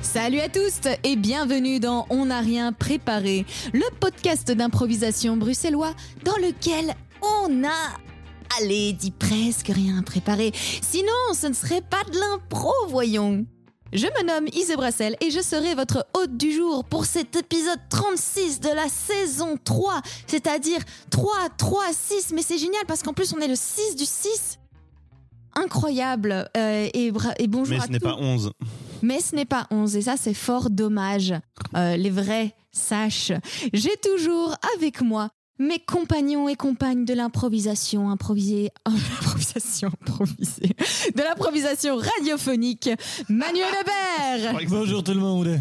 Salut à tous et bienvenue dans On n'a rien préparé, le podcast d'improvisation bruxellois dans lequel on a... Allez, dit presque rien préparé, sinon ce ne serait pas de l'impro, voyons. Je me nomme Ise Brassel et je serai votre hôte du jour pour cet épisode 36 de la saison 3, c'est-à-dire 3, 3, 6, mais c'est génial parce qu'en plus on est le 6 du 6. Incroyable euh, et, bra- et bonjour Mais à ce n'est tous. pas 11. Mais ce n'est pas 11 et ça c'est fort dommage. Euh, les vrais sachent. J'ai toujours avec moi mes compagnons et compagnes de l'improvisation improvisée, oh, de l'improvisation improvisée, de l'improvisation radiophonique, Manuel Hébert. Bonjour tout le monde.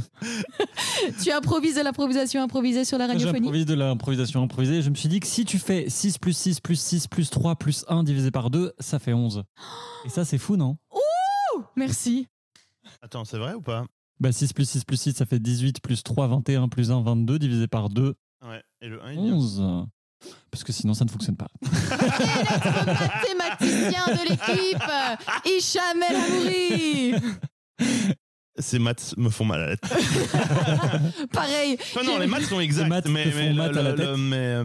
Tu improvises de l'improvisation improvisée sur la radiophonie. J'improvise de l'improvisation improvisée. Je me suis dit que si tu fais 6 plus 6 plus 6 plus 3 plus 1 divisé par 2, ça fait 11. Et ça, c'est fou, non Ouh, Merci. Attends, c'est vrai ou pas Bah 6 plus 6 plus 6, ça fait 18 plus 3, 21 plus 1, 22 divisé par 2, Ouais. Et le 1, il dit- 11. Parce que sinon, ça ne fonctionne pas. Le mathématicien de l'équipe, Hicham El Amouri. Ces maths me font mal à la tête. Pareil. Enfin, non, les maths sont exacts. Les maths te mais, font mais le- maths à la le- tête. le- mais, euh,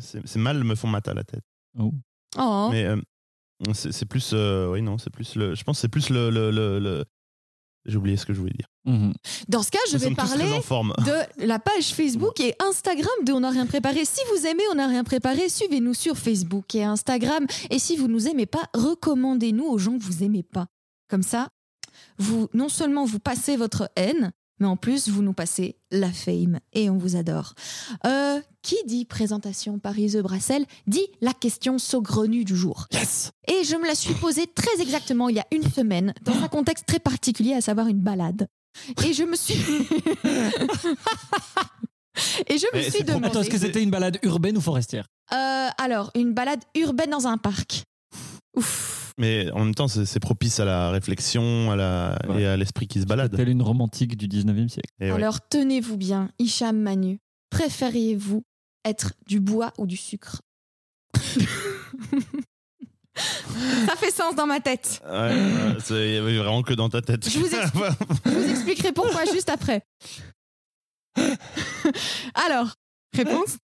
ces ces mal me font maths à la tête. Oh. Oh. Mais euh, c'est c'est plus. euh, oui, non, c'est plus le. Je pense que c'est plus le. le, le- le- J'ai oublié ce que je voulais dire. Mhm. Dans ce cas, je Nous vais sommes tous parler très en forme. de la page Facebook et Instagram de On n'a rien préparé. Si vous aimez On n'a rien préparé, suivez-nous sur Facebook et Instagram. Et si vous nous aimez pas, recommandez-nous aux gens que vous aimez pas. Comme ça, vous non seulement vous passez votre haine, mais en plus vous nous passez la fame et on vous adore. Euh, qui dit présentation Paris The Brassel dit la question saugrenue du jour. Yes Et je me la suis posée très exactement il y a une semaine, dans un contexte très particulier, à savoir une balade. Et je me suis. Et je me Mais suis c'est demandé. Attends, est-ce que c'était une balade urbaine ou forestière Euh, alors, une balade urbaine dans un parc. Ouf. Mais en même temps, c'est c'est propice à la réflexion à la... Ouais. et à l'esprit qui se balade. Telle une romantique du 19e siècle. Et Eh ouais. Alors, tenez-vous bien, Hicham Manu. Préfériez-vous être du bois ou du sucre Ça fait sens dans ma tête. Ouais, ouais, c'est- il y avait vraiment que dans ta tête. Je vous Je vous expliquerai pourquoi juste après. Alors, réponse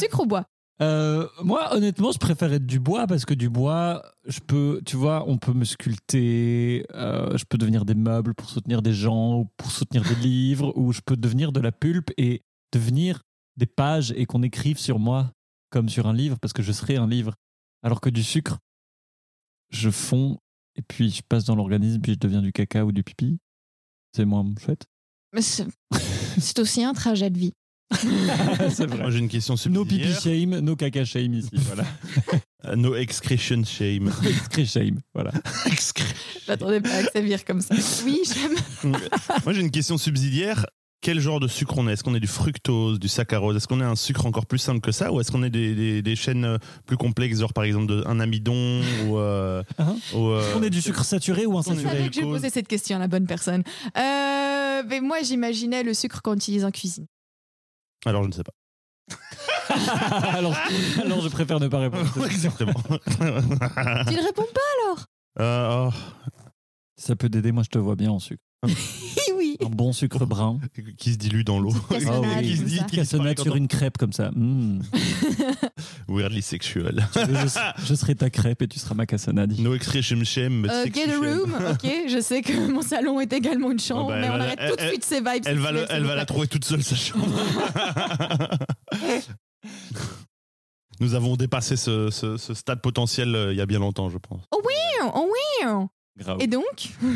Sucre ou bois Euh, moi, honnêtement, je préfère être du bois parce que du bois, je peux, tu vois, on peut me sculpter, euh, je peux devenir des meubles pour soutenir des gens ou pour soutenir des livres, ou je peux devenir de la pulpe et devenir des pages et qu'on écrive sur moi comme sur un livre parce que je serai un livre. Alors que du sucre, je fonds et puis je passe dans l'organisme puis je deviens du caca ou du pipi. C'est moins chouette. Mais C'est c'est aussi un trajet de vie. C'est Moi, j'ai une question No subsidiaire. pipi shame, no caca shame ici. Voilà. Euh, No excretion shame. Excré shame. Voilà. Excré- J'attendais pas que ça vire comme ça. Oui, j'aime. Moi, j'ai une question subsidiaire. Quel genre de sucre on est Est-ce qu'on est du fructose, du saccharose Est-ce qu'on est un sucre encore plus simple que ça Ou est-ce qu'on est des, des- des chaînes euh, plus complexes, genre par exemple de, un amidon ou, euh, Hein ou, euh, On est du sucre saturé ou Je Sur insaturé savais les que j'ai causes. posé cette question à la bonne personne. Euh, mais moi, j'imaginais le sucre qu'on utilise en cuisine. Alors, je ne sais pas. alors, alors je préfère ne pas répondre. Exactement. Ah. Tu ne réponds pas Euh, oh, Ça peut t'aider, moi je te vois bien en sucre. Oui, oui. Un bon sucre brun. qui se dilue dans l'eau. Petite Ah oui. cassonade, Qui se comme dit ça. qu'il- Cassonade sur une crêpe comme ça. Mm. Weirdly sexuel. Tu veux, je, je serai ta crêpe et tu seras ma cassonade. No excretion shame, but Euh, sexy get a shame. room, ok. Je sais que mon salon est également une chambre, Ah bah, mais on elle va la- arrête elle- tout de suite ces vibes. Elle va, sexuelles, le- elle s'il va vous la plaît. trouver toute seule, sa chambre. Nous avons dépassé ce, ce- ce stade potentiel euh, il y a bien longtemps, je pense. Oh oui. Grave. Et donc,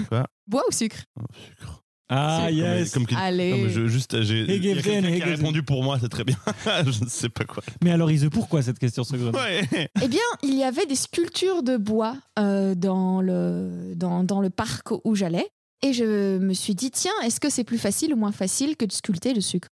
Quoi bois ou sucre Oh, sucre. Ah C'est yes. comme- comme- Allez. Non, mais je, juste, j'ai. il y a Hegevden, quelqu'un qui a Hegevden. répondu pour moi, c'est très bien. je ne sais pas quoi. Mais alors Ise, pourquoi cette question seconde Ouais. Eh bien, il y avait des sculptures de bois euh, dans, le, dans, dans le parc où j'allais. Et je me suis dit, tiens, est-ce que c'est plus facile ou moins facile que de sculpter le sucre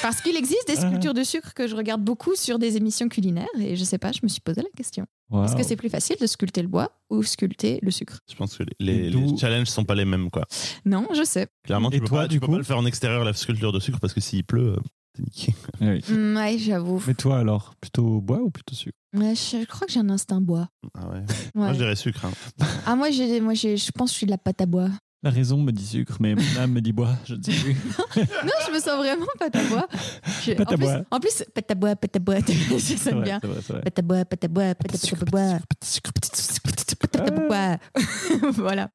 Parce qu'il existe des sculptures de sucre que je regarde beaucoup sur des émissions culinaires. Et je sais pas, je me suis posé la question. Est-ce que c'est plus facile de sculpter le bois ou sculpter le sucre Je pense que les, les- D'où- les challenges sont pas les mêmes, quoi. Non, je sais. Clairement, tu Et peux, toi, pas, du tu peux coup pas le faire en extérieur, la sculpture de sucre, parce que s'il pleut, euh, t'es niqué. Eh Oui. Mm, ouais, j'avoue. Mais toi alors, plutôt bois ou plutôt sucre Ouais, je, je crois que j'ai un instinct bois. Ah ouais. Ouais. Moi, je dirais sucre. hein. ah, moi, j'ai, moi j'ai, je pense que je suis de la pâte à bois. La raison me dit sucre, mais mon âme me dit bois. Je ne sais plus. Non, je me sens vraiment pâte à bois. Je- Pâte à en, plus, bois. en plus, pâte à bois, pâte à bois, ça C'est sonne vrai, bien. c'est vrai, c'est vrai. Pâte à bois, pâte à bois, pâte à bois, pâte à bois, Petit sucre, petit sucre, petit sucre. pâte à bois. Voilà.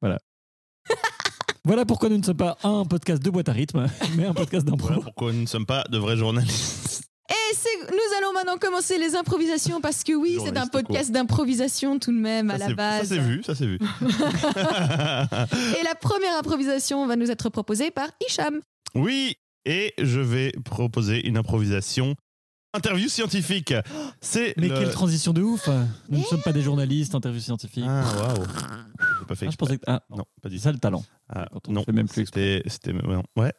Voilà pourquoi nous ne sommes pas un podcast de boîte à rythme, mais un podcast Voilà d'impro. pourquoi nous ne sommes pas de vrais journalistes. Et c'est- nous allons maintenant commencer les improvisations parce que oui, c'est Journaliste, un podcast d'improvisation tout de même à ça, Bah, la c'est- ça, base. c'est vu, ça c'est vu. Et la première improvisation va nous être proposée par Hicham. Oui, et je vais proposer une improvisation. Interview scientifique. C'est Mais le- quelle transition de ouf hein. Nous ne sommes pas des journalistes, interview scientifique. Ah, waouh. J'ai pas fait Ah, je exprès. pensais que... ah, Non, pas du c'est tout. ça le talent. Ah, Quand on non, fait même plus c'était, c'était- ouais, non, ouais.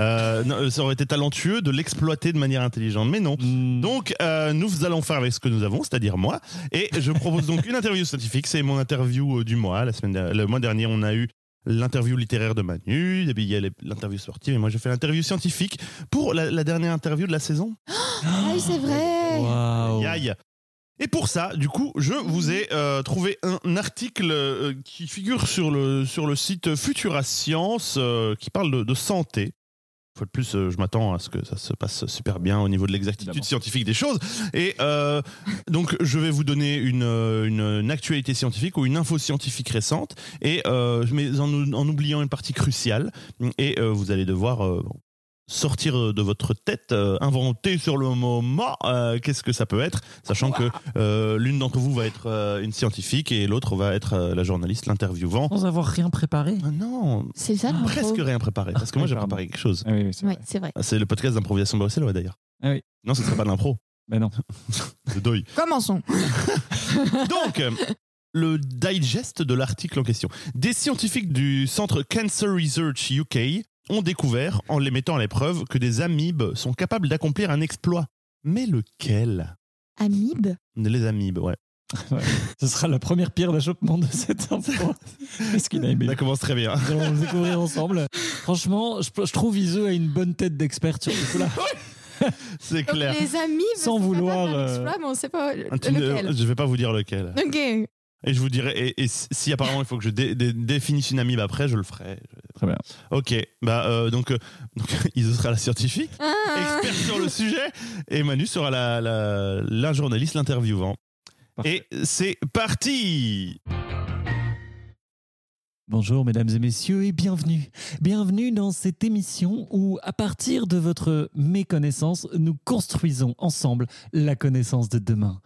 Euh, non, euh, ça aurait été talentueux de l'exploiter de manière intelligente, mais non. Donc, Donc, euh, nous allons faire avec ce que nous avons, c'est-à-dire moi. Et je propose donc une interview scientifique. C'est mon interview euh, du mois. La semaine, der- le mois dernier, on a eu l'interview littéraire de Manu. et puis Il y a les- l'interview sportive. Et moi, je fais l'interview scientifique pour la, la dernière interview de la saison. Ah oui, c'est vrai. waouh. Aïe, aïe. Et pour ça, du coup, je vous ai euh, trouvé un article euh, qui figure sur le, sur le site Futura Science euh, qui parle de, de santé. Une fois de plus, euh, je m'attends à ce que ça se passe super bien au niveau de l'exactitude Évidemment. scientifique des choses. Et euh, donc, je vais vous donner une, euh, une, une actualité scientifique ou une info scientifique récente, et, euh, mais en, ou- en oubliant une partie cruciale. Et euh, vous allez devoir euh, sortir de votre tête, euh, inventer sur le moment euh, qu'est-ce que ça peut être, sachant que euh, l'une d'entre vous va être euh, une scientifique et l'autre va être euh, la journaliste, l'interviewant. Sans avoir rien préparé. Ah non, C'est ça le presque rien préparé, parce que moi j'ai Pardon. préparé quelque chose. Ah oui, oui, c'est Oui, vrai. c'est vrai. Ah, C'est le podcast d'improvisation bruxellois d'ailleurs. Ah oui. Non, ce ne serait pas de l'impro, Mais non. de deuil. Commençons. Donc, euh, le digest de l'article en question. Des scientifiques du centre Cancer Research UK ont découvert, en les mettant à l'épreuve, que des amibes sont capables d'accomplir un exploit. Mais lequel Amib. Les amibes, ouais. Ce sera la première pierre d'achoppement de cette info. Qu'est-ce qu'il a aimé Ça commence très bien. hein. Nous allons le découvrir ensemble. Franchement, je, je trouve Iso a une bonne tête d'experte sur ce coup-là. C'est Donc, clair. les amibes. Sans c'est vouloir, capable d'un euh, exploit, mais on sait pas le- Tu ne- lequel. je vais pas vous dire lequel. Ok. Et je vous dirai. Et, et si apparemment il faut que je dé- dé- définisse une amibe après, je le ferai. Très bien. Ok. Bah euh, donc, euh, donc Iso sera la scientifique, Ah. expert sur le sujet, et Manu sera la, la, la journaliste l'interviewant. Parfait. Et c'est parti Bonjour mesdames et messieurs et bienvenue. Bienvenue dans cette émission où à partir de votre méconnaissance, nous construisons ensemble la connaissance de demain.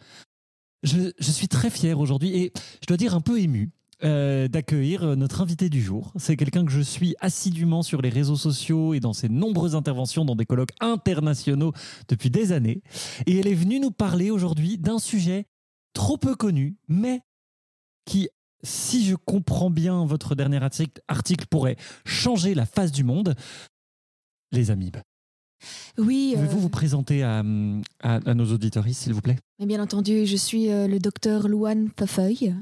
Je, je suis très fier aujourd'hui et je dois dire un peu ému euh, d'accueillir notre invité du jour. C'est quelqu'un que je suis assidûment sur les réseaux sociaux et dans ses nombreuses interventions dans des colloques internationaux depuis des années. Et elle est venue nous parler aujourd'hui d'un sujet trop peu connu, mais qui si je comprends bien votre dernier article, article pourrait changer la face du monde. Les amibes. Oui. euh, Pouvez-vous vous présenter à, à- à nos auditeurs, s'il vous plaît Mais bien entendu, je suis euh, le docteur Louane Pafeuille.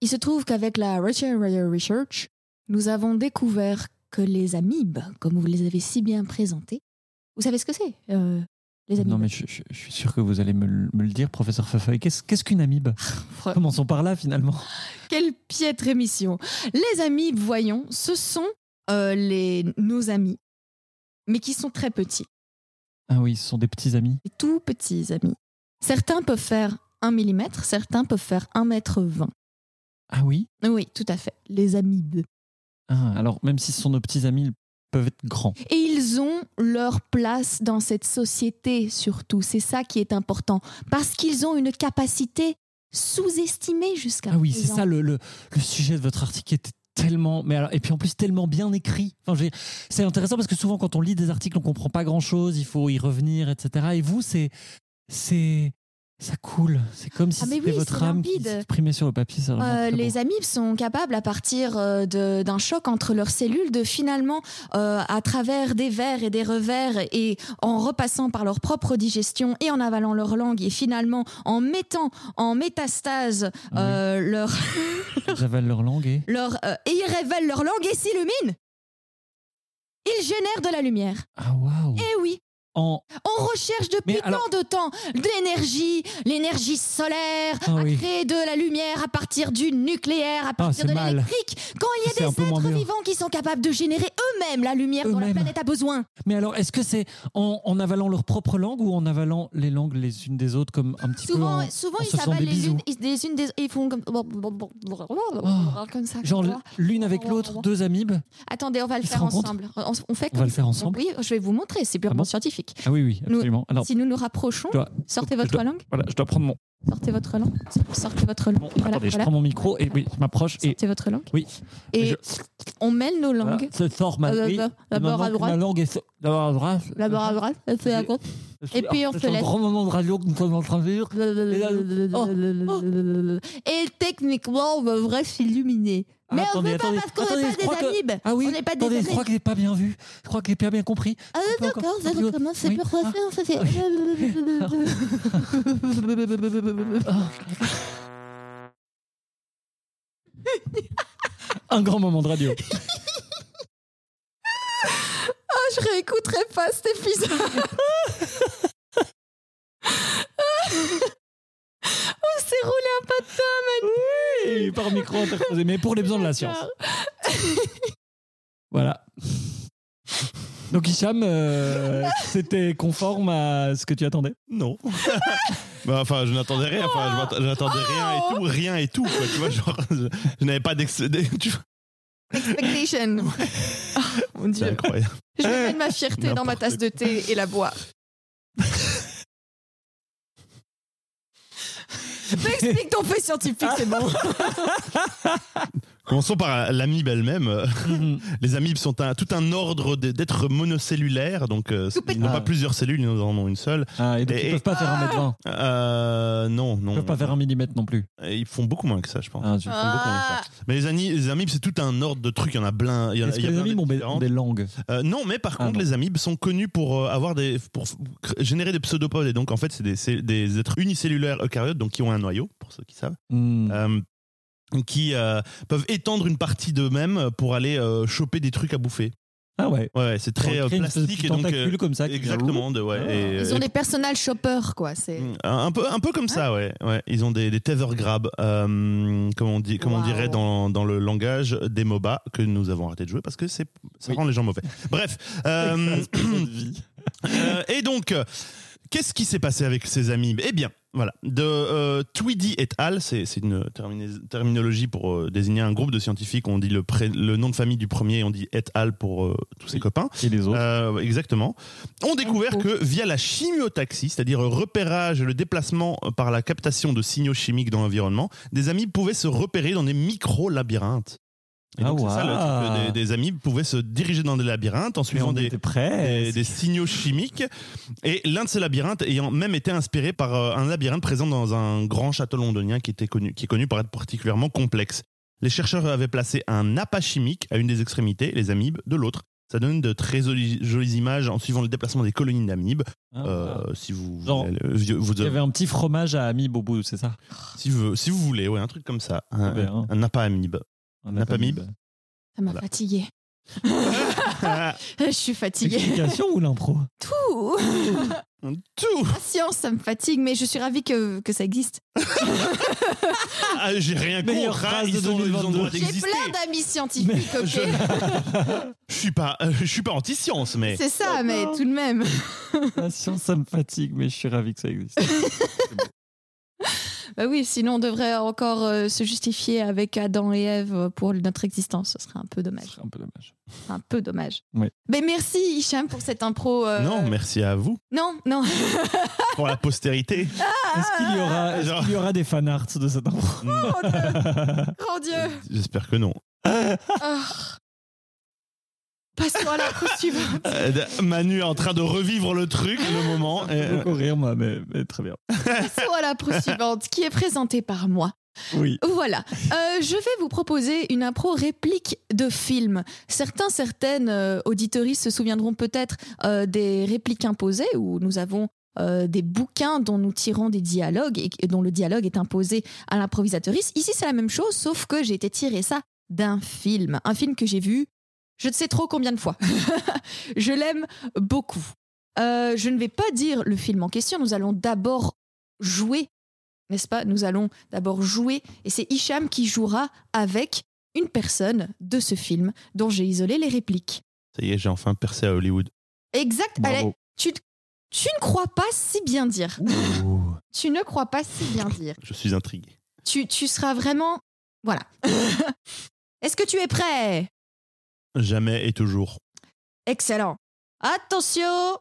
Il se trouve qu'avec la Russian Radio Research, nous avons découvert que les amibes, comme vous les avez si bien présentées, vous savez ce que c'est, euh, les amibes Non, mais je, je- je suis sûr que vous allez me, le- me le dire, professeur Fafeuille. Qu'est-ce qu'est-ce qu'une amibe Fre- Commençons par là, finalement. Ah. Quelle piètre émission Les amibes, voyons, ce sont euh, les, nos amis, mais qui sont très petits, Ah oui, ce sont des petits amis. des tout petits amis. Certains peuvent faire 1 mm, certains peuvent faire 1 mètre 20. Ah oui Oui, tout à fait, les amibes. Ah, Alors, même si ce sont nos petits amis, ils peuvent être grands. Et ils ont leur place dans cette société surtout. C'est ça qui est important. Parce qu'ils ont une capacité sous-estimée jusqu'à Ah oui, c'est présent. ça le, le- le sujet de votre article qui était tellement mais alors, et puis en plus tellement bien écrit. Enfin, je veux dire, c'est intéressant parce que souvent quand on lit des articles, on comprend pas grand chose, il faut y revenir, etc. Et vous, c'est c'est ça coule. C'est comme si Ah, mais c'était oui, votre c'est âme qui limpide. s'exprimait sur le papier. C'est vraiment Euh, très les beau. amibes sont capables, à partir euh, de- d'un choc entre leurs cellules, de finalement, euh, à travers des vers et des revers, et en repassant par leur propre digestion et en avalant leur langue, et finalement en mettant en Ah métastase euh, leur, Oui, ils avalent leur langue et leur euh, et ils révèlent leur langue et s'illuminent. Ils génèrent de la lumière. ah waouh. Eh oui, en. On recherche depuis Oh. Mais tant alors- de temps de l'énergie, l'énergie solaire, Ah à oui. Ah, créer de la lumière à partir du nucléaire, à partir c'est de mal. l'électrique. Quand il y a C'est un peu des moins êtres bien. vivants qui sont capables de générer eux-mêmes la lumière dont la Eux-mêmes. planète a besoin. Mais alors, est-ce que c'est en, en avalant leur propre langue ou en avalant les langues les unes des autres comme un petit Souvent, peu. en- souvent en ils se faisant s'avalent des les bisous. Oh. unes, ils, les unes des, ils font comme, comme ça. Genre comme ça. l'une avec l'autre, deux amibes. Attendez, on va le ils se faire rencontrent ensemble. On, on fait On comme va le faire ensemble. Oui, je vais vous montrer, c'est purement Ah bon scientifique. Ah oui, oui, Nous- absolument. Alors, Si nous nous rapprochons, je dois, sortez je votre dois- langue, voilà, je dois prendre mon. sortez votre langue, sortez votre langue. mon- Voilà, attendez, je voilà. prends mon micro et oui, je m'approche et. Sortez votre langue. Oui. Et Je- on mêle nos Voilà, langues. ce sort Ah, ma Euh, oui, d'abord- d'abord à maintenant que droite. Ma langue Ah, est so- d'abord à droite. D'abord à droite, puis à gauche. Je- et puis on c'est se laisse. un grand moment de radio que nous sommes en train de vivre. Oh, oh. Et techniquement, on devrait s'illuminer. Ah, Mais on attendez, ne peut pas attendez, parce qu'on attendez, n'est je pas crois des que- amibes. Ah oui, on n'est pas des attendez, je crois amibes. que je l'ai pas bien vu. Je crois que j'ai pas bien compris. Ah peut encore- d'accord, ça on peut- recommence, c'est oui. Ah, pour ça, ça fait... Ah. Un grand moment de radio. Ah, je réécouterai pas cet épisode. Ah. on s'est Oh, roulé un pas de Et par micro interposé, mais pour les besoins de la science. Voilà. Donc Hicham, euh, c'était conforme à ce que tu attendais. Non. Bah, enfin, je n'attendais rien. Enfin, je m'att- je Oh. n'attendais rien et tout, rien et tout. Quoi. Tu vois, genre, je, je n'avais pas d'ex. d'ex- tu vois, Expectation. Ah, mon C'est dieu. incroyable. Je vais mettre ma fierté dans ma Hein N'importe tasse de thé et la boire. Mais explique ton fait scientifique, c'est bon. Commençons par euh, l'amibe elle-même. Les amibes sont un- tout un ordre d- d'êtres monocellulaires. Donc, euh, Tout petit. ils n'ont Ah. pas plusieurs cellules, ils en ont une seule. Ah, et donc Et- ils peuvent pas faire un mètre vingt. Euh, non, Ils non. peuvent pas faire un millimètre non plus. Ils font beaucoup moins que ça, je pense. Ah, zut. Ah, Mais les, ani- les amibes, c'est tout un ordre de trucs. Il y en a plein. Il y en a, Est-ce il que y a les plein amis d'êtres ont des, différents. ont des langues Euh, non, mais par Ah, contre, non. les amibes sont connus pour euh, avoir des, pour f- cr- générer des pseudopodes. Et donc, en fait, c'est des, c'est des êtres unicellulaires eucaryotes, donc qui ont un noyau, pour ceux qui savent, Hmm. euh, qui euh, peuvent étendre une partie d'eux-mêmes pour aller euh, choper des trucs à bouffer. Ah ouais. Ouais, ouais, c'est Pour très euh, créer une espèce de plastique petit et donc euh, tentacule comme ça. qui vient- exactement. De, ouais, Ah. et, Ils et- ont des personnages shoppers, quoi. C'est un, un peu, un peu comme ça, ouais. ouais. Ils ont des, des tether grabs, euh, comme on, dit, comme on Wow. dirait dans, dans le langage des MOBA que nous avons arrêté de jouer parce que c'est, ça Oui. rend les gens mauvais. Bref. euh, hum. Euh, et donc, euh, qu'est-ce qui s'est passé avec ces amibes Eh bien, voilà, de euh, Tweedy et al., c'est c'est une terminais- terminologie pour euh, désigner un groupe de scientifiques, on dit le, pré- le nom de famille du premier et on dit et al. pour euh, tous ses Oui. Oh. copains. Et les autres. Euh, exactement. Ont découvert Info. que via la chimiotaxie, c'est-à-dire le repérage et le déplacement par la captation de signaux chimiques dans l'environnement, des amibes pouvaient se repérer dans des micro-labyrinthes. Et Ah, donc, c'est ça le waouh. truc, euh, des, des amibes pouvaient se diriger dans des labyrinthes en Mais suivant on des, était prêts. des, des signaux chimiques. Et l'un de ces labyrinthes ayant même été inspiré par euh, un labyrinthe présent dans un grand château londonien qui, était connu, qui est connu par être particulièrement complexe. Les chercheurs avaient placé un appât chimique à une des extrémités, les amibes de l'autre. Ça donne de très joli- jolies images en suivant le déplacement des colonies d'amibes. Ah, Euh, ah. si vous, Genre, voulez, euh, vieux- vous- Il y avait un petit fromage à Amib au bout, c'est ça si, vous, si vous voulez, ouais, un truc comme ça. Un, bien, hein. un appât amibe. Un Nap Amib. Ça m'a Voilà. fatiguée. Ah, Je suis fatiguée. L'explication ou l'impro Ouh, Tout La science, ça me fatigue, mais je suis ravie que, que ça existe. Ah, J'ai rien Meilleure contre. hein, phrase ils de ont- ils ont le 2022. droit J'ai d'exister. plein d'amis scientifiques, ok Je suis pas, euh, je suis pas anti-science, mais. C'est ça, mais tout de même. La science, ça me fatigue, mais je suis ravi que ça existe. Bah oui, sinon on devrait encore euh, se justifier avec Adam et Ève pour notre existence. Ce serait un peu Ce dommage. serait un peu dommage. Ce serait un peu dommage. Oui. Mais merci Hicham pour cette impro. euh, Non, merci à vous Non, non. pour la postérité. Ah. Est-ce qu'il y, aura- est-ce Genre- qu'il y aura des fanarts de cette impro Grand Dieu. Grand Oh, Dieu. J'espère que non. Ah. Passons à l'impro suivante. Euh, Manu est en train de revivre le truc, le moment. Je Euh, beaucoup rire, moi, mais, mais très bien. Passons à l'impro suivante qui est présentée par moi. Oui. Voilà. Euh, je vais vous proposer une impro réplique de film. Certains, certaines euh, auditoristes se souviendront peut-être euh, des répliques imposées où nous avons euh, des bouquins dont nous tirons des dialogues et et dont le dialogue est imposé à l'improvisateuriste. Ici, c'est la même chose, sauf que j'ai été tiré ça d'un film. Un film que j'ai vu, je ne sais trop combien de fois. je l'aime beaucoup. Euh, je ne vais pas dire le film en question. Nous allons d'abord jouer, n'est-ce pas Nous allons d'abord jouer. Et c'est Hicham qui jouera avec une personne de ce film dont j'ai isolé les répliques. Ça y est, j'ai enfin percé à Hollywood. Exact. Allez, Bravo. tu, tu ne crois pas si bien dire. Ouh. Tu ne crois pas si bien dire. Je suis intrigué. Tu, tu seras vraiment... Voilà. Est-ce que tu es prêt Jamais et toujours. Excellent. Attention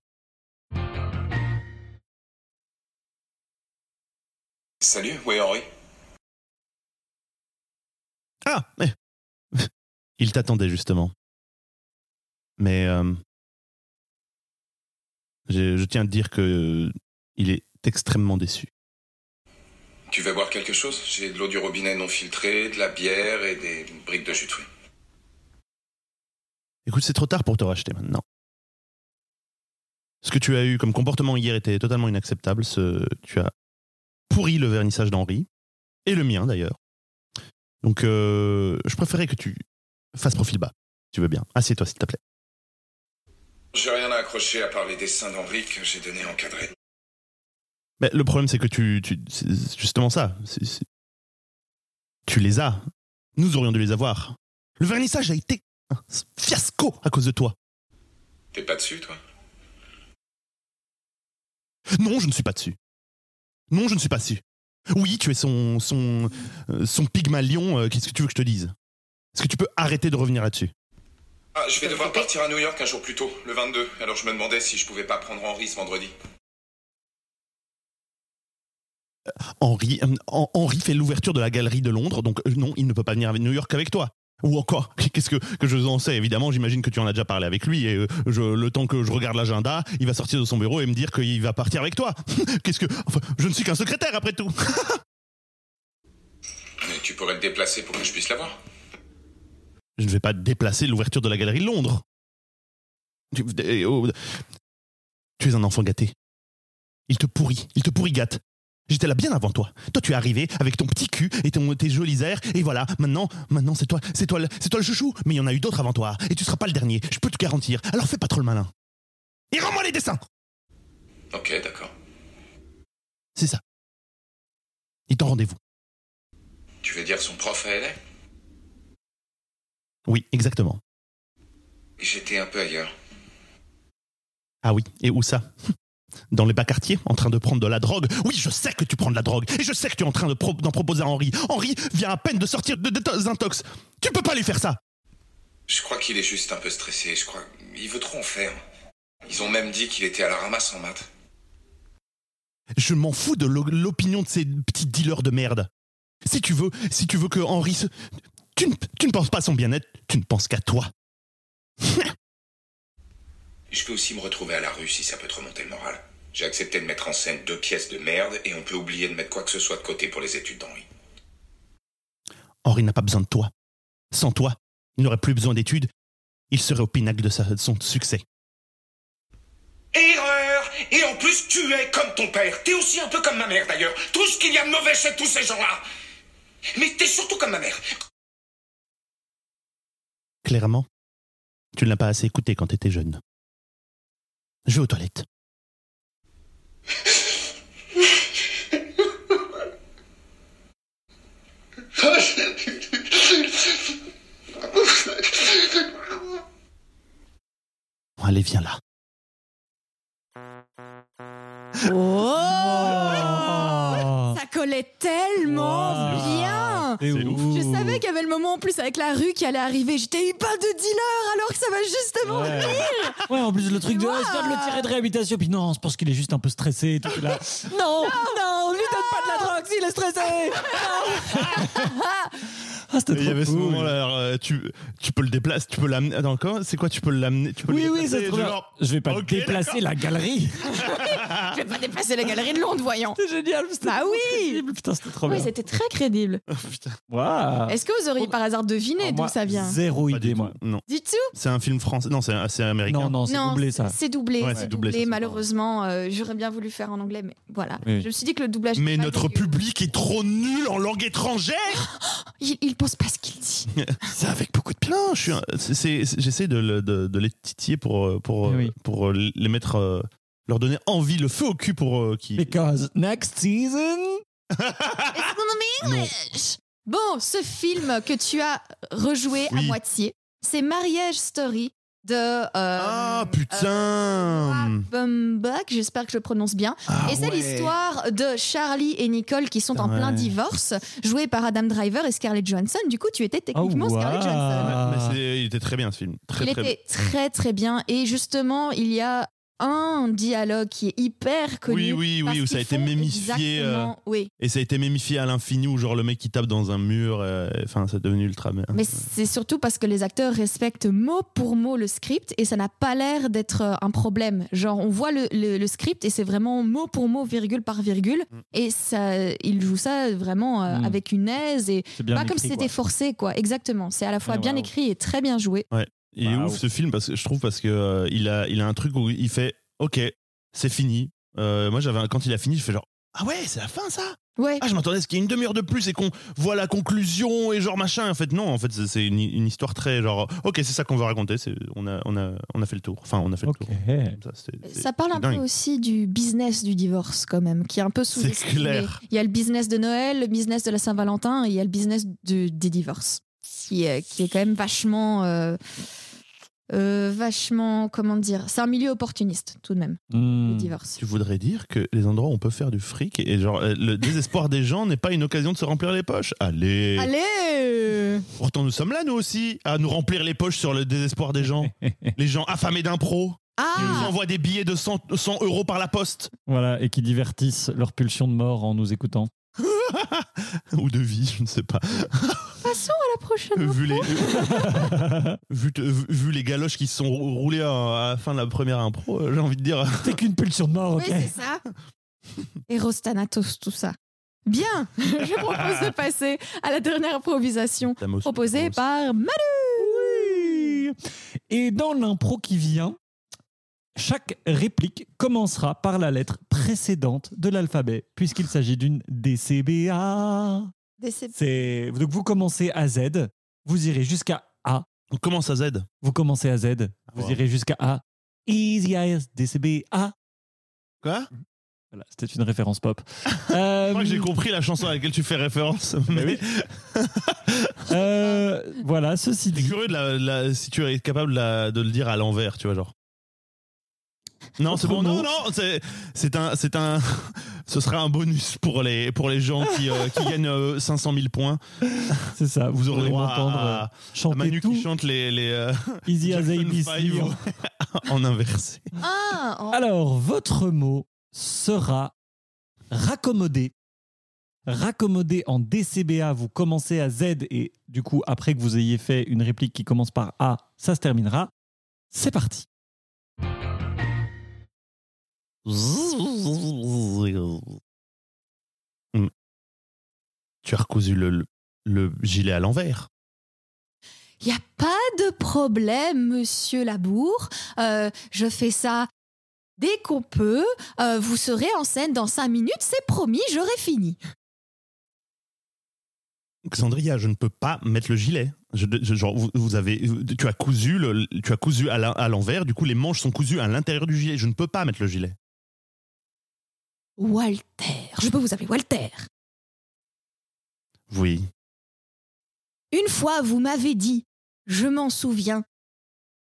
Salut, oui Henri. Ah mais... Il t'attendait justement. Mais euh, je, je tiens à te dire que euh, il est extrêmement déçu. Tu veux boire quelque chose J'ai de l'eau du robinet non filtrée, de la bière et des briques de jus de fruits. Écoute, c'est trop tard pour te racheter maintenant. Ce que tu as eu comme comportement hier était totalement inacceptable. Ce- tu as pourri le vernissage d'Henri, et le mien d'ailleurs. Donc, euh, je préférais que tu fasses profil bas. Tu veux bien. Assieds-toi, s'il te plaît. J'ai rien à accrocher à part les dessins d'Henri que j'ai donné encadrés. Mais le problème, c'est que tu. tu- c'est justement ça. C'est- c'est- tu les as. Nous aurions dû les avoir. Le vernissage a été un fiasco à cause de toi. T'es pas dessus, toi Non, je ne suis pas dessus. Non, je ne suis pas dessus. Oui, tu es son son euh, son pygmalion. euh, Qu'est-ce que tu veux que je te dise Est-ce que tu peux arrêter de revenir là-dessus Ah, je vais devoir partir à New York un jour plus tôt, le 22. Alors je me demandais si je pouvais pas prendre Henri ce vendredi. Henri euh, Hen- Henri fait l'ouverture de la galerie de Londres, donc euh, non, il ne peut pas venir à New York avec toi. Ou encore, qu'est-ce que, que je en sais Évidemment, j'imagine que tu en as déjà parlé avec lui, et euh, je- le temps que je regarde l'agenda, il va sortir de son bureau et me dire qu'il va partir avec toi. qu'est-ce que... Enfin, je ne suis qu'un secrétaire, après tout. Mais tu pourrais te déplacer pour que je puisse l'avoir. je ne vais pas déplacer l'ouverture de la galerie de Londres. Tu, eh, oh, tu es un enfant gâté. Il te pourrit, il te pourrit gâte. J'étais là bien avant toi. Toi, tu es arrivé avec ton petit cul et ton, tes jolis airs, et voilà. Maintenant, maintenant, c'est toi, c'est toi, le- c'est toi le chouchou. Mais il y en a eu d'autres avant toi, et tu seras pas le dernier. Je peux te garantir. Alors fais pas trop le malin. Et rends-moi les dessins. Ok, d'accord. C'est ça. Il t'en rendez-vous. Tu veux dire son prof à LA Oui, exactement. J'étais un peu ailleurs. Ah oui, et où ça Dans les bas quartiers, en train de prendre de la drogue Oui, je sais que tu prends de la drogue, et je sais que tu es en train de pro- d'en proposer à Henri. Henri vient à peine de sortir de désintox. Tu peux pas lui faire ça Je crois qu'il est juste un peu stressé, je crois. Il veut trop en faire. Ils ont même dit qu'il était à la ramasse en maths. Je m'en fous de l'o- l'opinion de ces petits dealers de merde. Si tu veux, si tu veux que Henri se... Tu ne, tu ne penses pas à son bien-être, tu ne penses qu'à toi. Je peux aussi me retrouver à la rue si ça peut te remonter le moral. J'ai accepté de mettre en scène deux pièces de merde et on peut oublier de mettre quoi que ce soit de côté pour les études d'Henri. Henri n'a pas besoin de toi. Sans toi, il n'aurait plus besoin d'études. Il serait au pinacle de, sa- de son succès. Erreur Et en plus, tu es comme ton père. T'es aussi un peu comme ma mère d'ailleurs. Tout ce qu'il y a de mauvais chez tous ces gens-là. Mais t'es surtout comme ma mère. Clairement, tu ne l'as pas assez écouté quand tu étais jeune. Je vais aux toilettes. Bon, Allez, viens là. Oh. Ça collait tellement Wow. bien C'est C'est ouf. ouf. Je savais qu'il y avait le moment en plus avec la rue qui allait arriver. J'étais eu pas de dealer alors que ça va justement Ouais. Ouais, en plus le truc de Wow. Ah, je viens de le tirer de réhabilitation, puis non, c'est parce qu'il est juste un peu stressé et tout. Là. Non, non, lui donne pas de la drogue s'il est stressé. ah, c'était trop Il y avait ce cool. moment-là, alors, euh, tu, tu peux le déplacer, tu peux l'amener. Attends, comment C'est quoi Tu peux l'amener tu peux Oui, le oui, déplacer, c'est trop du bien. genre- Je vais pas Ok, déplacer la galerie. Je vais pas dépasser la galerie de Londres, voyons. C'est génial, c'était Bah trop oui. crédible. Putain, c'était trop Oui, bien. c'était très crédible. Oh, Waouh. Est-ce que vous auriez par hasard deviné Alors, d'où moi, ça vient Zéro Pas du idée, tout. moi. Non, Du tout c'est un film français. Non, c'est c'est américain. Non, non, c'est doublé ça. C'est doublé, Ouais, c'est c'est doublé, doublé. ça, c'est malheureusement, euh, j'aurais bien voulu faire en anglais, mais voilà. Oui. Je me suis dit que le doublage. Mais était pas notre dégueu. public est trop nul en langue étrangère. Il, il pense pas ce qu'il dit. C'est avec beaucoup de Non, je suis. un- c'est- c'est- J'essaie de, le- de- de les titiller pour euh, pour euh, Eh Oui. pour euh, les mettre euh, leur donner envie, le feu au cul pour euh, qu'ils. Because next season. It's gonna be Non. English. Bon, ce film que tu as rejoué à Oui. moitié, c'est Marriage Story de. euh, Ah euh, putain Bumbach, j'espère que je le prononce bien. Ah, et c'est ouais. l'histoire de Charlie et Nicole qui sont en Ouais. plein divorce, joués par Adam Driver et Scarlett Johansson. Du coup, tu étais techniquement Oh, Scarlett waouh. Johansson. Ouais, mais c'est- il était très bien ce film. Très, il très était très très bien. Et justement, il y a un dialogue qui est hyper bien. connu. Oui, oui, parce oui, où ça a qu'ils été font mémifié. euh, exactement- Oui. et ça a été mémifié à l'infini, où genre le mec qui tape dans un mur, euh, enfin, c'est devenu ultra. Mais c'est surtout parce que les acteurs respectent mot pour mot le script et ça n'a pas l'air d'être euh, un problème. Genre, on voit le, le- le script et c'est vraiment mot pour mot, virgule par virgule. Mm. Et ça, ils jouent ça vraiment euh, Mm. avec une aise et C'est bien. pas comme si écrit, c'était quoi. forcé, quoi. Exactement. C'est à la fois Ah, bien waouh. écrit et très bien joué. Il est Waouh. ouf ce film parce que je trouve parce que euh, il a il a un truc où il fait ok c'est fini. Euh, moi j'avais un- quand il a fini je fais genre ah ouais c'est la fin ça Ouais. ah je m'attendais à ce qu'il y ait une demi-heure de plus et qu'on voit la conclusion et genre machin en fait non en fait c'est- c'est une, une histoire très genre ok c'est ça qu'on va raconter c'est on a on a on a fait le tour enfin on a fait Ok. le tour. Ça, c'est- Ah, c'est- Ça parle c'est un dingue. peu aussi du business du divorce, quand même, qui est un peu sous-estimé. clair. Il y a le business de Noël, le business de la Saint-Valentin et il y a le business du- des divorces, qui, est- qui est quand même vachement. euh, euh, vachement. Comment dire C'est un milieu opportuniste, tout de même, Hmm. le divorce. Tu voudrais dire que les endroits où on peut faire du fric et genre euh, le désespoir des gens n'est pas une occasion de se remplir les poches Allez, Allez Pourtant nous sommes là nous aussi à nous remplir les poches sur le désespoir des gens. les gens affamés d'impro qui nous Ah envoient des billets de 100, 100 euros par la poste Voilà, et qui divertissent leur pulsion de mort en nous écoutant. ou de vie, je ne sais pas. Euh, Passons à la prochaine. vu les vu, te- vu les galoches qui se sont rou- roulées à, à la fin de la première impro, euh, j'ai envie de dire T'es qu'une pulsion de mort, Oui, c'est ça. Eros Thanatos, tout ça. Bien Je propose de passer à la dernière improvisation Damos- proposée Damos. par Manu. Oui. Et dans l'impro qui vient, chaque réplique commencera par la lettre précédente de l'alphabet, puisqu'il s'agit d'une DCBA. C'est donc vous commencez à Z, vous irez jusqu'à A, On commence à Z. vous commencez à Z, vous wow. irez jusqu'à A. Easy as DCBA. Quoi Voilà, c'était une référence pop. Je crois que j'ai Euh, compris la chanson à laquelle tu fais référence. Mais oui. euh, voilà, ceci c'est dit. curieux de la, de la- si tu es capable de, la- de le dire à l'envers, tu vois, genre. Non, c'est bon. Autre Non, mot. non, c'est c'est un, c'est un, ce sera un bonus pour les pour les gens qui, euh, qui gagnent euh, 500 000 points. C'est ça, vous Vous aurez aurez droit m'entendre à, euh, à chanter Manu tout qui chante les, les euh, Easy as Jackson Five ABC. hein. ou- en inversé. Ah oh. Alors, votre mot sera raccommodé. Raccommodé en DCBA, vous commencez à Z et du coup, après que vous ayez fait une réplique qui commence par A, ça se terminera. C'est parti. Hmm. Tu as recousu le, le, le gilet à l'envers. Il n'y a pas de problème, monsieur Labour. Euh, je fais ça dès qu'on peut. Euh, vous serez en scène dans cinq minutes, c'est promis, j'aurai fini. Xandria, je ne peux pas mettre le gilet. Je- je- genre, vous, vous avez, vous- tu as cousu, le- tu as cousu à la- à l'envers. Du coup, les manches sont cousues à l'intérieur du gilet. Je ne peux pas mettre le gilet. Walter, je peux vous appeler Walter. Oui. Une fois, vous m'avez dit, je m'en souviens,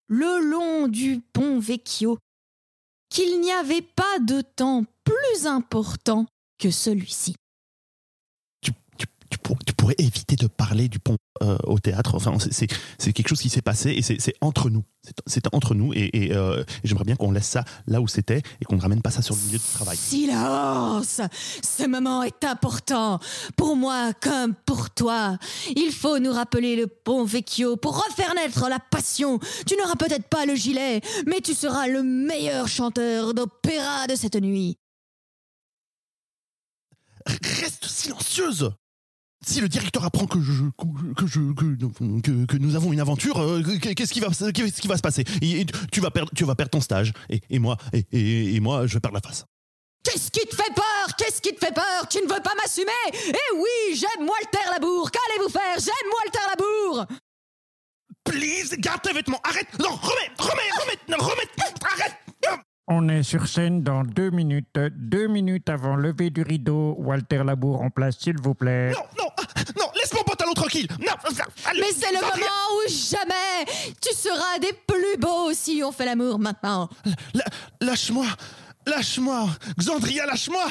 le long du pont Vecchio, qu'il n'y avait pas de temps plus important que celui-ci. Tu, tu- tu pour- tu pourrais éviter de parler du pont euh, au théâtre. Enfin, c'est- c'est c'est quelque chose qui s'est passé et c'est c'est entre nous. C'est- C'est entre nous et, et, euh, j'aimerais bien qu'on laisse ça là où c'était et qu'on ne ramène pas ça sur le milieu du travail. Silence Ce moment est important, pour moi comme pour toi. Il faut nous rappeler le pont Vecchio pour refaire naître la passion. Tu n'auras peut-être pas le gilet, mais tu seras le meilleur chanteur d'opéra de cette nuit. Reste silencieuse si le directeur apprend que je, que, je- que- que- que nous avons une aventure, euh, qu'est-ce qui va, qu'est-ce qui va se passer Et- et tu, vas perdre, tu vas perdre ton stage, et, et moi, et, et- et moi, je vais perdre la face. Qu'est-ce qui te fait peur Qu'est-ce qui te fait peur Tu ne veux pas m'assumer Eh oui, j'aime Walter Labour Qu'allez-vous faire J'aime Walter Labour Please, garde tes vêtements, arrête, non, remets, remets, remets, non, remets, arrête. On est sur scène dans deux minutes. Deux minutes avant lever du rideau. Walter Labour en place, s'il vous plaît. Non, non, ah, non, laisse mon pantalon tranquille. Non, allez, Mais c'est le non, moment où jamais tu seras des plus beaux si on fait l'amour maintenant. la- Lâche-moi, lâche-moi, Xandria, lâche-moi.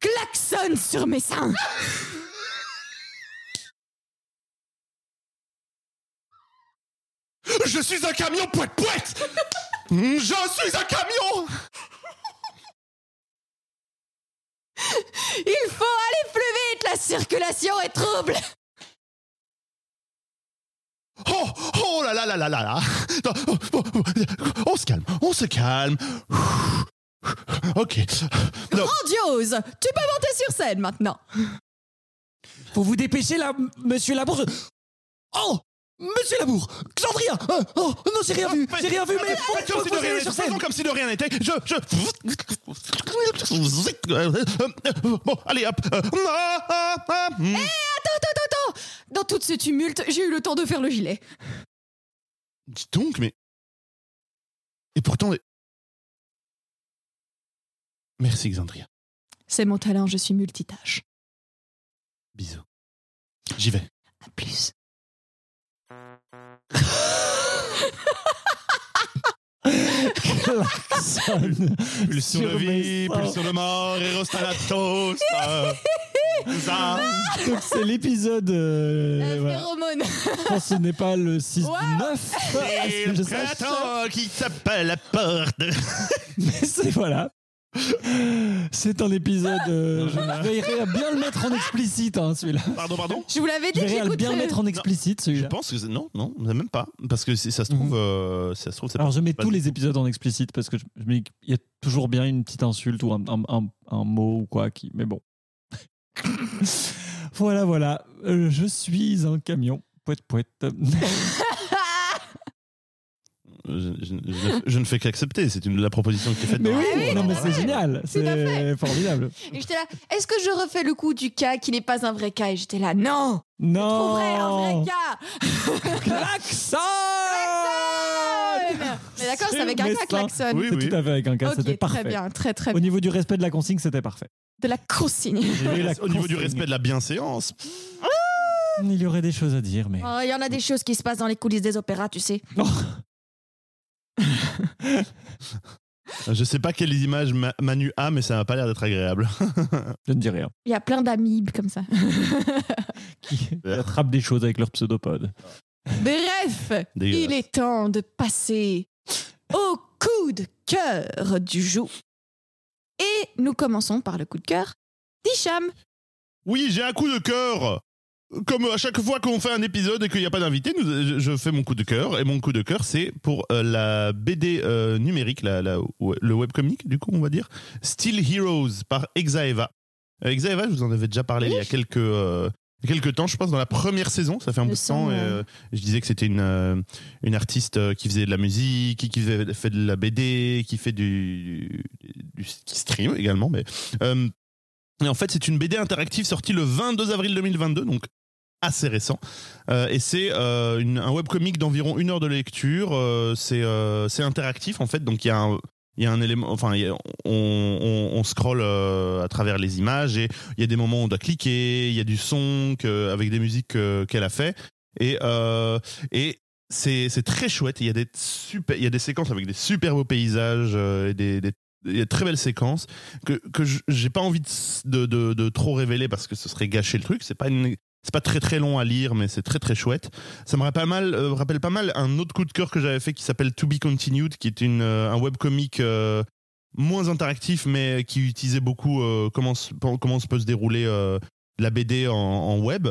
Klaxonne sur mes seins. Je suis un camion poète poète. Je suis un camion. Il faut aller plus vite, la circulation est trouble. Oh, oh là là là là là là. Non, oh, oh, oh, On se calme, on se calme. Ok. Non, Grandiose, tu peux monter sur scène maintenant. Faut vous dépêcher là, m- monsieur Labour. Oh Monsieur Labour Xandria euh, Oh Non, j'ai rien vu J'ai rien vu, mais faut, Faites faut comme si que vous de rien alliez n'était. sur scène Faisons comme si de rien n'était. Je, je. Bon, allez, hop. Euh, Attends, attends, dans tout ce tumulte, j'ai eu le temps de faire le gilet. Dis donc, mais. Et pourtant. Merci, Xandria. C'est mon talent, je suis multitâche. Bisous. J'y vais. À plus. Klaxon. Pulsion Sur de vie, mes seins. pulsion de mort, et à la toast. Ça. Donc c'est l'épisode. euh, Euh, voilà. phéromone. Je pense que ce n'est pas le 6 du Wow. 9. à ce que je Il sache. prétend qu'il tape à la porte. Mais c'est voilà. C'est un épisode. euh, je veillerai à bien le mettre en explicite, hein, celui-là. Pardon, pardon Je vous l'avais Je dit que verrai à le j'écoute bien le- mettre en explicite, Je celui-là. pense que c'est- non, non, même pas, parce que si ça se trouve, Mhm. euh, si ça se trouve, c'est Alors je mets pas- tous les épisodes en explicite parce que je, je me dis qu'il y a toujours bien une petite insulte ou un, un- un- un mot ou quoi qui. Mais bon. voilà, voilà. Euh, je suis un camion. Poète, poète. Je, je- je- je ne fais qu'accepter. C'est une la proposition qui est faite. mais dans- oui, Ah oui, non, mais tout à c'est fait. génial. Tout à C'est formidable. Et j'étais là, est-ce que je refais le coup du cas qui n'est pas un vrai cas Et j'étais là, non Trouverai un vrai Non. cas Klaxon Mais d'accord, c'est avec un Oh! Mais cas ça- klaxon. Oui, C'est oui. tout à fait avec un cas, ok, c'était très parfait. bien, très très Au bien. niveau du respect de la consigne, c'était parfait. De la consigne. J'ai eu la Au niveau du consigne. respect de la bienséance, Il y aurait des choses à dire, mais. Oh, Il y en a des choses qui se passent dans les coulisses des opéras, tu sais. Non. je sais pas quelles images Ma- Manu a, mais ça n'a pas l'air d'être agréable. Je ne dis rien. Il y a plein d'amibes comme ça. Qui attrapent des choses avec leur pseudopode. Bref, Dégueulasse. il est temps de passer au coup de cœur du jour. Et nous commençons par le coup de cœur d'Hicham. Oui, j'ai un coup de cœur. Comme à chaque fois qu'on fait un épisode et qu'il n'y a pas d'invité, nous- je- je fais mon coup de cœur. Et mon coup de cœur, c'est pour euh, la BD euh, numérique, la, la- ouais, le webcomic, du coup, on va dire. Steel Heroes par Exaeva. Euh, Exaeva, je vous en avais déjà parlé il y a quelques, euh, quelques temps, je pense, dans la première saison. Ça fait un Me bout de temps. semble, et, euh, je disais que c'était une, euh, une artiste euh, qui faisait de la musique, qui, qui faisait- fait de la BD, qui fait du, du- qui stream également. Mais, euh, et en fait, c'est une BD interactive sortie le 22 avril 2022, donc assez récent. Euh, et c'est euh, une- un webcomic d'environ une heure de lecture. Euh, c'est euh, c'est interactif, en fait. Donc, il y a un. Il y a un élément, enfin, il y a- on, on, on scrolle euh, à travers les images et il y a des moments où on doit cliquer, il y a du son que- avec des musiques que- qu'elle a fait. Et, euh, et c'est c'est très chouette. Il y, a des super, il y a des séquences avec des super beaux paysages euh, et des, des- il y a de très belles séquences que, que je- j'ai pas envie de, s- de, de- de trop révéler parce que ce serait gâcher le truc. C'est pas une- C'est pas très très long à lire, mais c'est très très chouette. Ça me rappelle mal, euh, rappelle pas mal un autre coup de cœur que j'avais fait qui s'appelle To Be Continued, qui est une, euh, un webcomic euh, moins interactif, mais qui utilisait beaucoup euh, comment, se- comment se peut se dérouler euh, la BD en, en web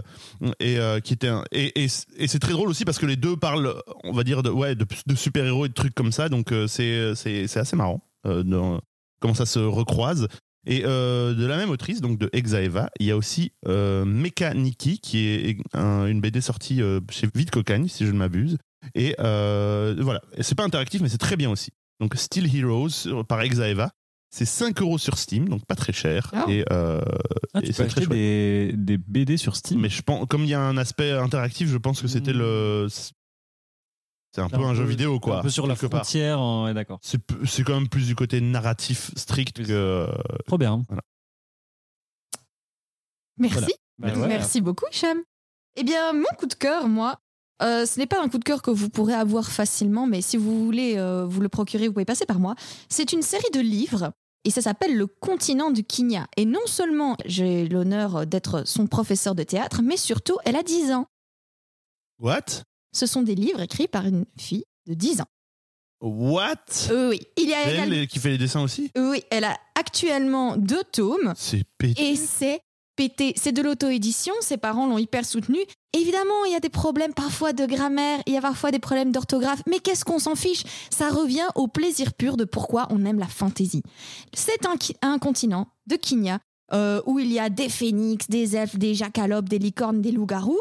et euh, qui était un- et, et, et c'est très drôle aussi parce que les deux parlent on va dire de ouais de, de super héros et de trucs comme ça donc euh, c'est c'est c'est assez marrant euh, dans- comment ça se recroise et euh, de la même autrice donc de Exaeva il y a aussi euh, Mechaniki qui est un- une BD sortie euh, chez Vite Cocagne si je ne m'abuse et euh, voilà Et c'est pas interactif mais c'est très bien aussi donc Steel Heroes euh, par Exaeva c'est 5 euros sur Steam donc pas très cher Ah. et euh, Et Ah, tu c'est peux très acheter chouette. des, des BD sur Steam. mais je pense, comme il y a un aspect interactif, je pense que c'était Mm. le. C'est un peu un jeu vidéo, quoi. Un peu sur la quelque part. frontière, hein, ouais, d'accord. C'est p- c'est quand même plus du côté narratif strict que. euh, Trop bien. Merci. Voilà. Bah ouais. Merci beaucoup, Hicham. Eh bien, mon coup de cœur, moi, euh, ce n'est pas un coup de cœur que vous pourrez avoir facilement, mais si vous voulez euh, vous le procurer, vous pouvez passer par moi. C'est une série de livres. Et ça s'appelle Le continent du Kenya. Et non seulement j'ai l'honneur d'être son professeur de théâtre, mais surtout, elle a 10 ans. What? Ce sont des livres écrits par une fille de 10 ans. What? Euh, oui, il y a, C'est elle, a- elle qui fait les dessins aussi? oui, elle a actuellement deux tomes. C'est pété. Et c'est pété. C'est de l'auto-édition, ses parents l'ont hyper soutenu. Évidemment, il y a des problèmes parfois de grammaire, il y a parfois des problèmes d'orthographe, mais qu'est-ce qu'on s'en fiche Ça revient au plaisir pur de pourquoi on aime la fantaisie. C'est un, ki- un continent de Kenya euh, où il y a des phénix, des elfes, des jacalopes, des licornes, des loups-garous.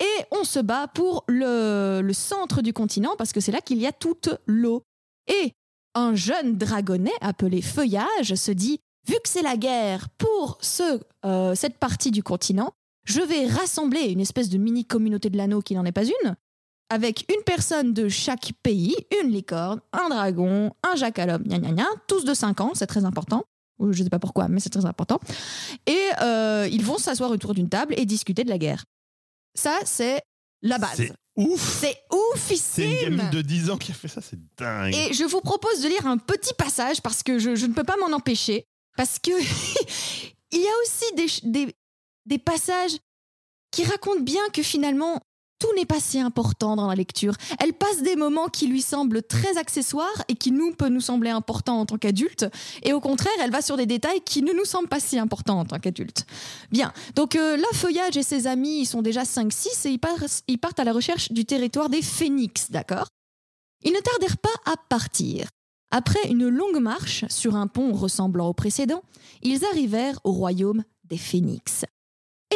Et on se bat pour le, le centre du continent parce que c'est là qu'il y a toute l'eau. Et un jeune dragonnet appelé Feuillage se dit Vu que c'est la guerre pour ce, euh, cette partie du continent, je vais rassembler une espèce de mini communauté de l'anneau qui n'en est pas une, avec une personne de chaque pays, une licorne, un dragon, un jacalope, gna gna gna, tous de 5 ans, c'est très important. Ou Je ne sais pas pourquoi, mais c'est très important. Et euh, ils vont s'asseoir autour d'une table et discuter de la guerre. Ça, c'est la base. C'est ouf! C'est C'est une oufissime gamine de 10 ans qui a fait ça, c'est dingue! et je vous propose de lire un petit passage parce que je, je ne peux pas m'en empêcher. Parce que il y a aussi des, ch- des, des passages qui racontent bien que finalement, tout n'est pas si important dans la lecture. Elle passe des moments qui lui semblent très accessoires et qui nous peut nous sembler importants en tant qu'adultes. Et au contraire, elle va sur des détails qui ne nous semblent pas si importants en tant qu'adultes. Bien. Donc euh, là, Feuillage et ses amis, ils sont déjà 5-6 et ils partent, ils partent à la recherche du territoire des phénix, d'accord ils ne tardèrent pas à partir. Après une longue marche sur un pont ressemblant au précédent, ils arrivèrent au royaume des phénix.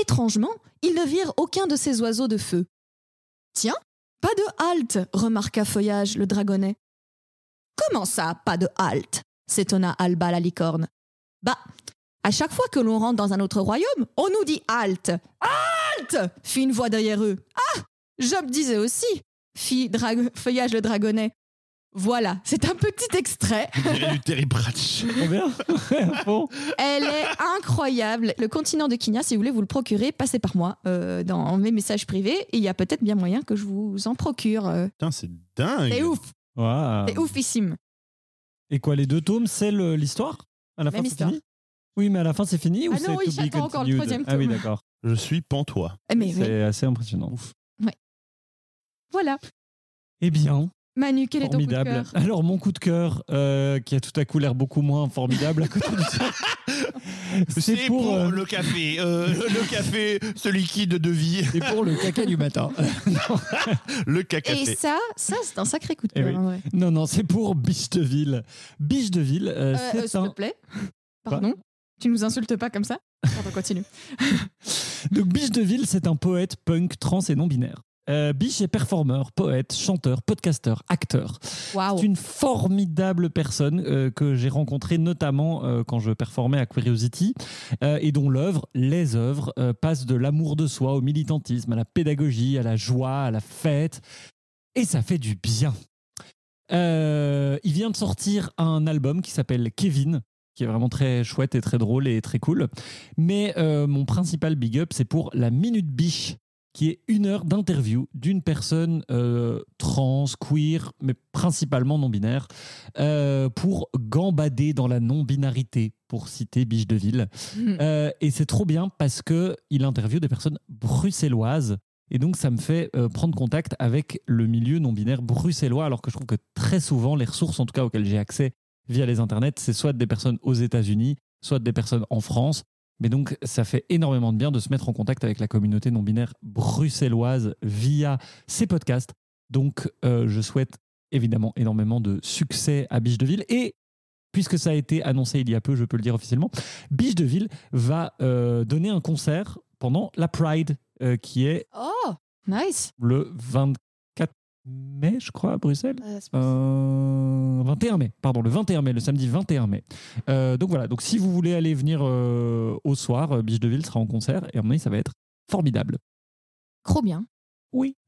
Étrangement, ils ne virent aucun de ces oiseaux de feu. Tiens, pas de halte, remarqua Feuillage le dragonnet. Comment ça, pas de halte s'étonna Alba la licorne. Bah, à chaque fois que l'on rentre dans un autre royaume, on nous dit halte. Halte fit une voix derrière eux. Ah Job disait aussi fit Dra- Feuillage le Dragonnet. Voilà, c'est un petit extrait. On dirait du Terry Pratchett. Trop bien. À fond. Elle est incroyable. Le continent de Kenya, si vous voulez vous le procurer, passez par moi euh, dans mes messages privés. Et il y a peut-être bien moyen que je vous en procure. euh. Putain, c'est dingue! C'est ouf, Waouh. c'est oufissime. Et quoi, les deux tomes, c'est le- l'histoire À la Même fin, c'est histoire. fini Oui, mais à la fin, c'est fini ou Ah non, c'est oui, to be j'attends encore le continued troisième Ah oui, tome. d'accord. Je suis pantois. Eh, Mais oui, C'est assez impressionnant. voilà. Eh bien, Manu, quel est ton coup de formidable. cœur Alors, mon coup de cœur, euh, qui a tout à coup l'air beaucoup moins formidable à côté du tien, c'est pour, euh, le café. euh, le café, ce liquide de vie. c'est pour le caca du matin. Non. Le Et cacafé. ça, ça c'est un sacré coup de Eh cœur. oui. en vrai. non, non, c'est pour Bicheville. Bicheville, euh, Euh, euh, c'est S'il un- te plaît, pardon, tu nous insultes pas comme ça Pardon, continue. Donc Biche Deville, c'est un poète punk, trans et non-binaire. Euh, Biche est performeur, poète, chanteur, podcasteur, acteur. Waouh. C'est une formidable personne euh, que j'ai rencontrée notamment euh, quand je performais à Curiosity euh, et dont l'œuvre, les œuvres, euh, passent de l'amour de soi au militantisme, à la pédagogie, à la joie, à la fête. Et ça fait du bien. Euh, il vient de sortir un album qui s'appelle Kevin, qui est vraiment très chouette et très drôle et très cool. Mais euh, mon principal big up, c'est pour la Minute Biche, qui est une heure d'interview d'une personne euh, trans, queer, mais principalement non-binaire, euh, pour gambader dans la non-binarité, pour citer Biche de Ville. Mm. Euh, et c'est trop bien parce que il interviewe des personnes bruxelloises. Et donc, ça me fait euh, prendre contact avec le milieu non-binaire bruxellois, alors que je trouve que très souvent, les ressources, en tout cas auxquelles j'ai accès via les internets, c'est soit des personnes aux États-Unis, soit des personnes en France. Mais donc, ça fait énormément de bien de se mettre en contact avec la communauté non-binaire bruxelloise via ces podcasts. Donc, euh, je souhaite évidemment énormément de succès à Biche-de-Ville. Et puisque ça a été annoncé il y a peu, je peux le dire officiellement, Biche-de-Ville va euh, donner un concert pendant la Pride, euh, qui est Oh, nice. le 24 mai, je crois, à Bruxelles. Euh, c'est- Euh, 21 mai, pardon, le 21 mai, le samedi 21 mai. Euh, donc voilà, donc si vous voulez aller venir euh, au soir, euh, Biche de Ville sera en concert et à mon avis, ça va être formidable. Trop bien.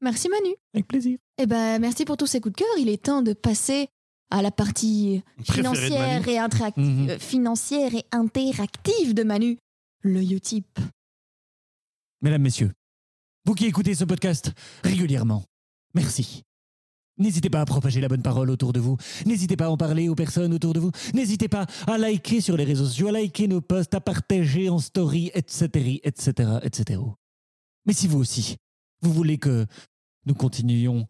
Merci Manu. Avec plaisir. Eh ben, merci pour tous ces coups de cœur. Il est temps de passer à la partie Préféré de Manu. Hmm. financière et, interac- Mhm. euh, financière et interactive de Manu. L'œil-type. Mesdames, Messieurs, vous qui écoutez ce podcast régulièrement, merci. N'hésitez pas à propager la bonne parole autour de vous. N'hésitez pas à en parler aux personnes autour de vous. N'hésitez pas à liker sur les réseaux sociaux, à liker nos posts, à partager en story, etc., etc., etc. Mais si vous aussi, vous voulez que nous continuions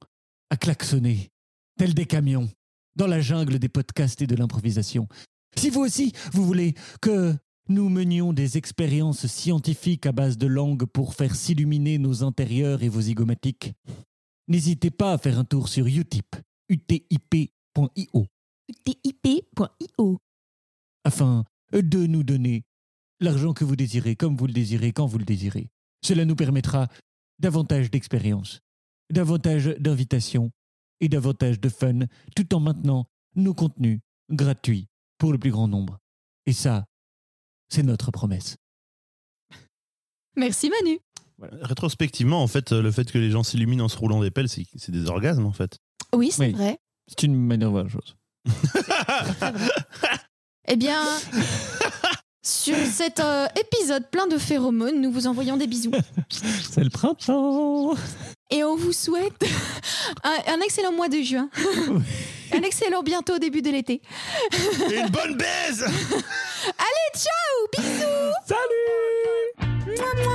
à klaxonner, tels des camions, dans la jungle des podcasts et de l'improvisation, si vous aussi, vous voulez que nous menions des expériences scientifiques à base de langue pour faire s'illuminer nos intérieurs et vos zygomatiques. N'hésitez pas à faire un tour sur utip, utip.io, tip.io. afin de nous donner l'argent que vous désirez, comme vous le désirez, quand vous le désirez. Cela nous permettra davantage d'expérience, davantage d'invitations et davantage de fun, tout en maintenant nos contenus gratuits pour le plus grand nombre. Et ça, c'est notre promesse. Merci Manu. Rétrospectivement, en fait, euh, le fait que les gens s'illuminent en se roulant des pelles, c'est c'est des orgasmes, en fait. Oui, c'est Oui. vrai. C'est une manière de voir la chose. Eh bien, sur cet euh, épisode plein de phéromones, nous vous envoyons des bisous. C'est le printemps Et on vous souhaite un, un excellent mois de juin. un excellent bientôt début de l'été. Et une bonne baise Allez, ciao Salut Mouah, mouah